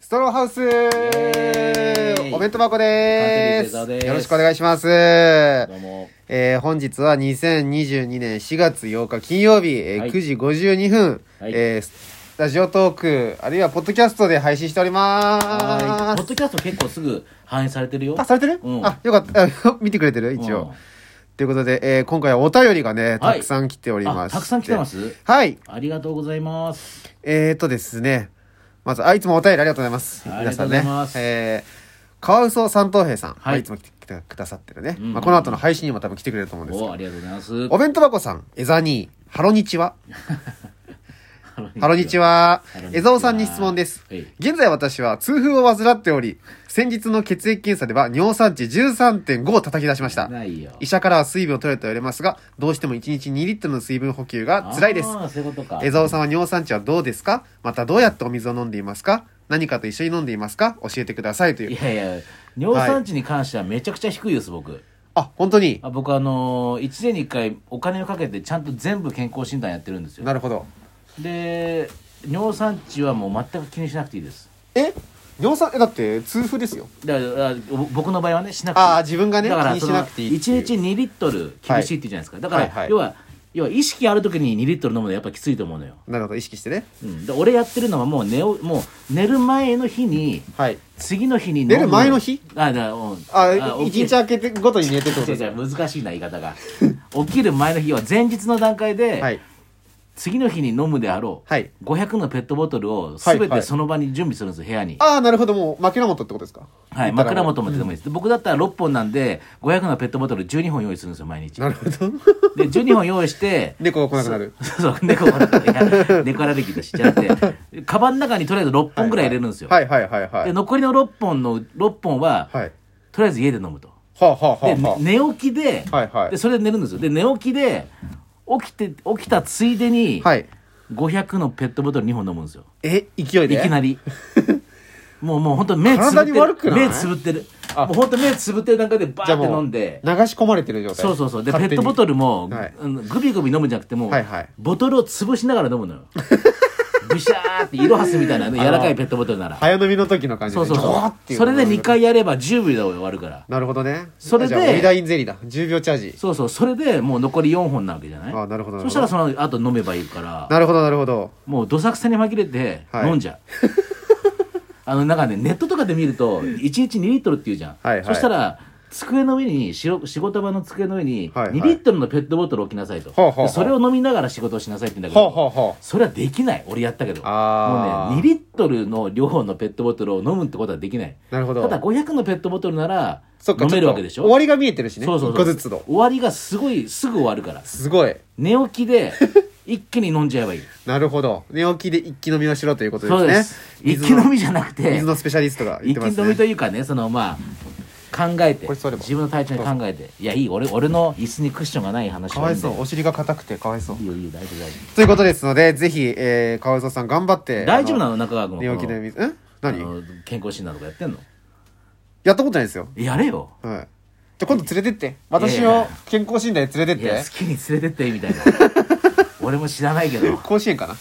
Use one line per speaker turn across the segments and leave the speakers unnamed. ストローハウス
エーイ
お弁当箱で
カ
す
ントリー生田です
よろしくお願いします。
どうも。
えー本日は2022年4月8日金曜日、えー
はい
9時52分、
はい
えースタジオトーク、あるいはポッドキャストで配信しておりま
はーい。ポッ
す。
ドキャスト結構すぐ反映されてるよ。
あ、されてる、
うん
あ、よかった。あ 見てくれてる一応。ということで、えー今回はお便りがね、たくさん来ておりま
あ
す。
たくさん来てます。
はい。
ありがとうございます。
えーとですね、まず、あ、いつもお便りありがとうございます。
はい
皆さん
あ
ね
りがとうございま。す
えー、カワウソ三等兵さん、
はい
まあいつも来て来てくださってるね。
うん
まあ、この後の配信にも多分来てくれると思うんですけ
お
ど。
ありがとうございます。
お弁当箱さん、エザニー、ハロニチはハロニチは
ハロニチ、は
江蔵さんに質問です
はい。
現在私は痛風を患っており、先日の血液検査では尿酸値13.5を叩き出しました。
ないよ。
医者からは水分を取れと言われますが、どうしても1日2リットルの水分補給が辛いです。
あーそういうことか。
江蔵さんは尿酸値はどうですかまたどうやってお水を飲んでいますか何かと一緒に飲んでいますか教えてくださいとい。
いうやいや、尿酸値に関してはめちゃくちゃ低いです、僕。
あ、本当に
あ僕あのー、1年に1回お金をかけてちゃんと全部健康診断やってるんですよ
なるほど。
で尿酸値はもう全く気にしなくていいです
え尿酸、え、だって痛風ですよ。
だからあぼ僕の場合はねしなくていい
ああ、自分がね、気
だから
にしなくていいって
そ
い
の
う。
1日2リットル厳しいって言うじゃないですか、だから、
はいはい
要は要は意識ある時に2リットル飲むのはやっぱきついと思うのよ、
なるほど、意識してね。
うん、で俺やってるのはもう寝おもう寝る前の日に
はい。
次の日に飲む
寝る前の日
あだからうん
あ、
起
一
き
日明けてごとに寝てってことです
違
か
う違う難しいな言い方が起きる前の日は前日の段階で、
はい。
次の日に飲むであろう、
はい
500のペットボトルを全
はいはい
てその場に準備するんですよ、部屋に。
ああ、なるほど、もう、枕元ってことですか
はい、
言ったら
枕元もでもいいです、で僕だったら6本なんで500のペットボトル12本用意するんですよ毎日
なるほど。
で12本用意して
猫が来なくなる。
そう猫がいや猫アレルギーだしじゃなくてカバンの中にとりあえず6本ぐらい入れるんですよ、
はいはいはいはい。
で残りの6本の6本は、
はい。
とりあえず家で飲むと
はあはあはあ
で、
は
寝起きで,、
はいはい
でそれで寝るんですよで寝起きで起きて起きたついでに、
あ。はい。
500のペットボトル2本飲むんですよ
え、勢いで
いきなり。もうもう本当目つぶっ
体
て
に悪く
る。
ない
目つぶってる。
あ
もう本当目つぶってる段階でバ
じゃ
ー
あ
って
も
飲
う、
んで。
流し込まれてる状態。
そうそうそう。で、ペ
勝手
ッ
に
トボトルも、
はい
うんグビグビ飲むんじゃなくてもう、
はいはい
ボトルを潰しながら飲 むのよ。ブシャーって、イロハスみたいなね、柔らかいペットボトルなら。
早飲みの時の感じで、
そうそう
ジョワ
そ
ーって
う。
いう
それで2回やれば10秒で終わるから。
なるほどね。
それで
あじゃあ、オイダインゼリーだ。10秒チャージ。
そうそう。それでもう残り4本なわけじゃない
あなるほどなるほど
そしたらその後飲めばいいから。
なるほど、なるほど。
もうどさくさに紛れて
はい
飲んじゃ う、あのなんかねネットとかで見ると1日2リッ トルっていうじゃん、
はいはい
そしたら机の上にしろ仕事場の机の上に
はいはい
2リットルのペットボトル置きなさいと、
ほうほうほう
でそれを飲みながら仕事をしなさいって言うんだけ
ほうほ
ど
うほ
それはできない俺やったけどもうね
あー。
2リットルの量のペットボトルを飲むってことはできないう
なるほど。
ただ500のペットボトルなら
そっか
飲めるわけでし
ちっと終わ
ょ
りが見えてるしね。
そうそう
一個
そう
ずつの。
終わりがすごいすぐ終わるから
すごい。
寝 起きで一気に飲んじゃえばいい
なるほど。寝起きで一気飲みをしろということです
そう
ね。
です。一
水
気
の
飲みじゃなくて、
水のスペシャリストが言っ
一
て
気
ます
飲みと
ね。
いうかね、そのまあ、考えて、
これ座れば
自分の体調に考えて、いや、いい、俺、俺の椅子にクッションがない話
か
は
わ
い
い
いんだ
そ
よ
う。お尻が硬くてかわいそう。
いいよ、いいよ、大丈夫、大丈
ということですので、ぜひ、えー、かわいそうさん頑張って。
夫。大丈夫な
の
の中川君
寝起きで
こ
水、ん何
のあの健康診断とかやってんの
やったことないですよ。
やれよ。
はい。じゃあ今度連れてって。
やいや
私
いや
を健康診断へ連れて
いや、
っ
好
て。
きに連れてって、みたいな。俺も知らないけど。
甲子園かな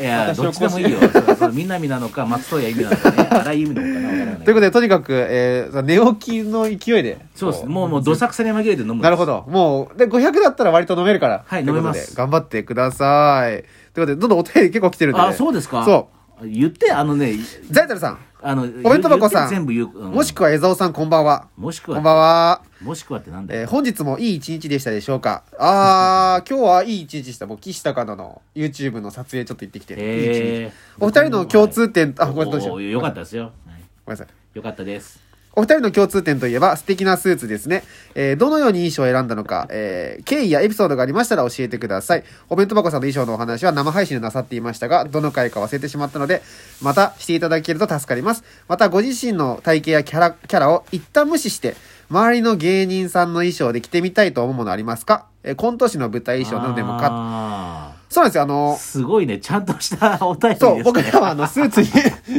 い
や、
私を
どっちでもいいよ。そうそうみなみなのか、松任谷由実なのかね、荒井由実なのかな、わから
と
ない
いう
けど。
ことで、とにかく、えー、寝起きの勢いで。
そうです。もう、もう、どさくさに紛れて飲むんです
なるほど。もう、で、500だったら割と飲めるから。
はい
とうことで
飲めます
頑張ってください。ということで、どんどんお便り結構来てるんで、ね。
あ、そうですか。
そう
言って、あのね、
う。ザイタルさん、
あの、
お弁当箱さん
言って全部言う。うん
もしくは江蔵さん、こんばんは。
もしく
こん
は、
ばんは。
もしくはってなんだよ。
えー本日もいい一日でしたでしょうかあ ー、今日はいい一日でした。もう岸高野の YouTube の撮影ちょっと行ってきて。いい一日
えー
お二人の共通点、あ、ごめんなさい。ど
お
う
ー
しよう
よかったですよ。はい
ごめんなさい。
よかったです。
お二人の共通点といえば素敵なスーツですね。えーどのように衣装を選んだのか、えー経緯やエピソードがありましたら教えてください。お弁当箱さんの衣装のお話は生配信でなさっていましたが、どの回か忘れてしまったので、またしていただけると助かります。またご自身の体型やキャラ、キャラを一旦無視して、周りの芸人さんの衣装で着てみたいと思うものありますかえー、コント師の舞台衣装なのでもか。
か。
そうなんですよ、あの、
すごいね、ちゃんとしたお便りですね。
そう、僕らはあの、スーツに、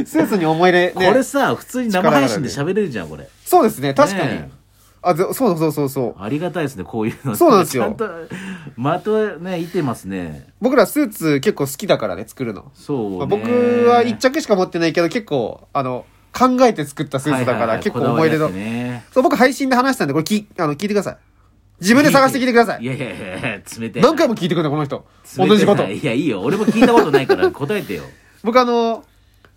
スーツに思い入れ、ね。
これさ、普通に生配信で喋れるじゃん、これ。
そうですね、確かに。
ねえ
あぜそうそうそうそう
ありがたいですね、こういうの。
そうなんですよ
ちゃんと、まとね、いてますね。
僕らスーツ結構好きだからね作るの、
そうね、
まあ僕は1着しか持ってないけど結構あの考えて作ったスーツだから、
ははは
結構思い出の、
こだわりあってね
そう僕配信で話したんでこれきあの聞いてください自分で探して聞いてください
いやいやいやいや、冷てえな。
何回も聞いてくるんだこの人
冷てえな
同じこと
いや、いいよ。俺も聞いたことないから答えてよ。
僕あの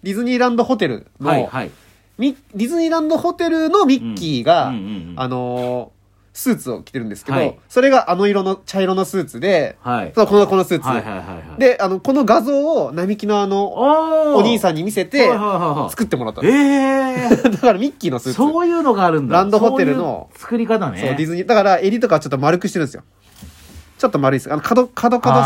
ディズニーランドホテルの、
はいはい。
ミディズニーランドホテルのミッキーが、
うんうんうんうん
あのースーツを着てるんですけど、
はい
それがあの色の茶色のスーツで、
はい。
そうこのこのスーツ、
はいはいはいはい。、
であのこの画像を並木のあの
お
お兄さ
ん
んに見せて
はいはいはいはい
作ってもらったの、
ええ ー
だからミッキーのスーツ
そういうのがあるんだ。
ランドホテルの
そういう作り方ね。
そうディズニーだから襟とかちょっと丸くしてるんですよちょっと丸いですあの角角角しく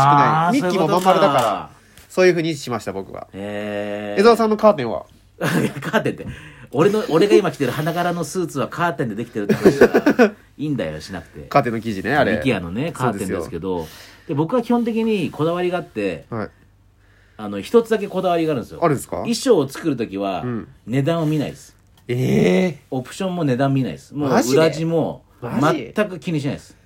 な
あー
いミッキーも
そうい
ま
うん
丸
こと
だからそういうふうにしました僕は、
えー。
江澤さんのカーテンは
カーテンって俺の俺が今着てる花柄のスーツはカーテンでできてるって話だからいいんだよしなくて
カーテンの生地ねあれ
IKEA のねカーテンですけどで僕は基本的にこだわりがあって
ど、はい、
あの一つだけこだわりがあるんですよ
あるんですか
衣装を作る時は、
ん
値段を見ないです
ええ
オプションも値段見ないですもう
マジで
裏地も
マジ
全く気にしないです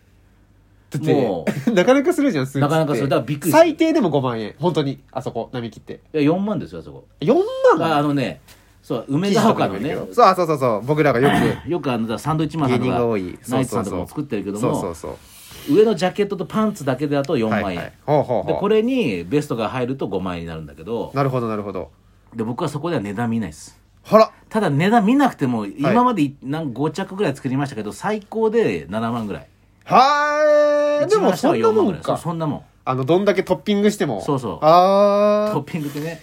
だって
も
なかなかするじゃん、スーツって
なかなかするだからびっくりする
最低でも5万円。本当に。あそこ、並木って。
いや4万ですよあそこ
4
あ
万
あのねそう梅
記
田
事とか
岡の
にもい
ね
るけどそうあそうそうそう。僕らがよく
よくあのサンドイッチマンさんと
芸人
か
が多い
ナイツさんとかも作ってるけども
そうそうそう。
上のジャケットとパンツだけだと4万円、
はいはいほうほう
で
ほう
これにベストが入ると5万円になるんだけど
なるほど、なるほど。
で僕はそこでは値段見ないです
ほら
ただ値段見なくても今までいなん5着ぐらい作りましたけど最高で7万ぐらい
はーい。で
一
も、
番下
そ
は
んな
4万
も
ぐら
ん
いそう
か。
そんなもん
あの、どんだけトッピングしても。
そうそう トッ
あー。
ピングってね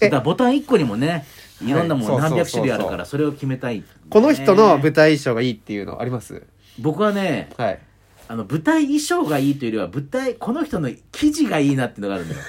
え
だからボタン1個にもねいろんなも
はい
ん何百
そうそうそうそう
種類あるからそれを決めたい、
この人の舞
ね
台衣装がいいっていうのあります
僕はね
はい。
あの舞台衣装がいいというよりは舞台この人の生地がいいなっていうのがあるんだよ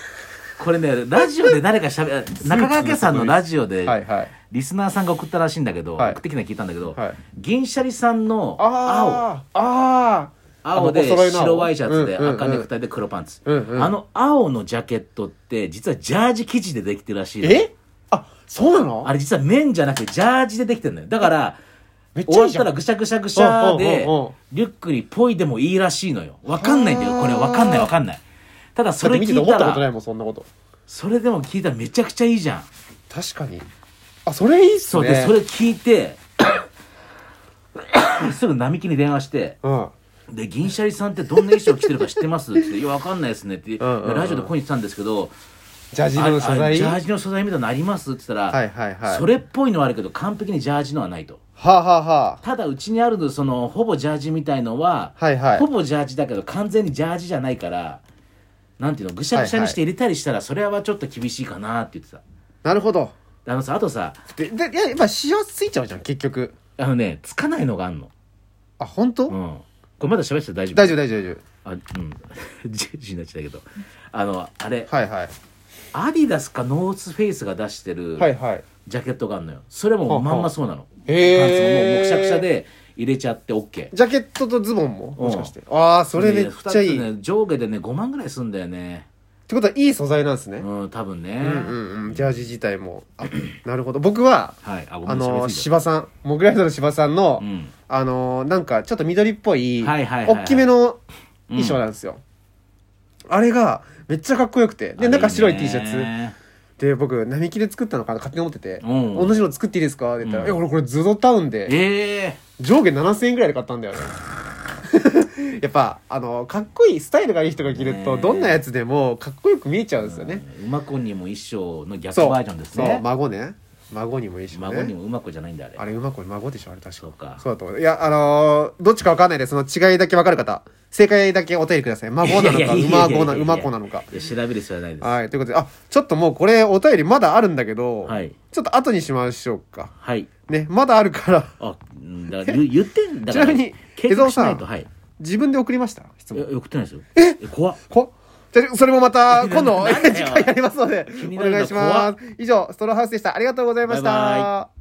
これねラジオで誰かしゃべ中川家さんのラジオで
はいはい。
リスナーさんが送ったらしいんだけど、
はい
送ってきたの聞いたんだけど、
はい
銀シャリさんの
あ
青
ー。あー。
青
あのお
で
揃いの青
白ワイシャツで
うんうんうん
赤ネクタイで黒パンツ、
うんうん
あの青のジャケットって実はジャージ生地でできてるらしいの
えあ、そうなの
あれ実は綿じゃなくてジャージでできてるのよだから
めっちゃ
終
い
わ
い
っ
じゃ
た
ん
らぐしゃぐしゃぐしゃで
うんうんうんうん
リュックにぽいでもいいらしいのよわかんないんだよこれわかんないわかんないただそれ
だって見て
聞
て思
いた
ったことな
ら
いもんそんなこと
それでも聞いたらめちゃくちゃいいじゃん
確かにあそれいいっす
そう
ね
で、それ聞いて すぐ並木に電話して
うん
で銀シャリさんってどんな衣装着てるか知ってますって言って「いやわかんないですね」って
うんうんうん
ラジオで声にしたんですけど
ジャー
「
ジの素
ああ
材
ジャ
は
ー
い
ジの素材みたいなのあります?」って言ったら、
はいはい
それっぽいのはあるけど完璧にジャージのはないと
はあ、はあはあ、
ただうちにあるそのほぼジャージみたいのは、
はいはい
ほぼジャージだけど完全にジャージじゃないからなんていうのぐしゃぐしゃにして入れたりしたら、それはちょっと厳しいかなって言ってた
なるほど
であのさあとさ
ででいややっぱしわついちゃうじゃん結局
あのねつかないのがあんの
あ本当、
うんこれまだ喋ってたら大丈夫
大丈夫大丈夫大丈
あうんジェジになっちゃったけどあのあれ
夫はいはい
アディダスかノースフェイスが出してる
はいはい
ジャケットがあるのよそれもまんまそうなの
へー
パンツももうもうくしゃくしゃで入れちゃって OK
ジャケットとズボンも
うん
もしかしてああそれめっちゃいい、
で二つね、上下でね5万ぐらいすんだよね
ってことはいい素材なんですね、うん
うん多分ね、
うんうん、ジャージ自体もあなるほど僕は
はいあごめ
あ
んなさい
の
喋りすぎ
芝さんモグライダーの芝さんの、
たうん
あのーなんかちょっと緑っぽい、
はいはいはいはい
大きめの衣装なんですよ、あれがめっちゃかっこよくてで中白い T シャツで僕並木で作ったのかな勝手に思ってて、
うん
同じの作っていいですか?」って言ったら「
うん
え俺これズドタウンで
ええ
上下7000円ぐらいで買ったんだ よね」やっぱあのかっこいいスタイルがいい人が着ると
ね
どんなやつでもかっこよく見えちゃうんですよね、
うまこにも衣装の逆
そう
バージョンです
そう
ね
孫ね孫にもいいしね
孫にもうまこじゃないんだあれ
あれ馬子孫でしょあれ確か
そうか
そうだと思ういやあのーどっちかわかんないでその違いだけわかる方正解だけお便りください孫なのか馬子な馬子なのか
いや調べる必要はないです
はいということであちょっともうこれお便りまだあるんだけど、
はい
ちょっと後にしましょうか
はい
ねまだあるから
あうんだから言言ってんだ
ち
から
なみに
計
江
画
澤
しな
さ
い
ん
とはい
自分で送りました質
いや
問
送ってないですよえ怖っ
こじゃあそれもまた今度
なんだよ
次回やりますので
気に
お
なるな
願いします以上ストローハウスでしたありがとうございました
バイバ
イ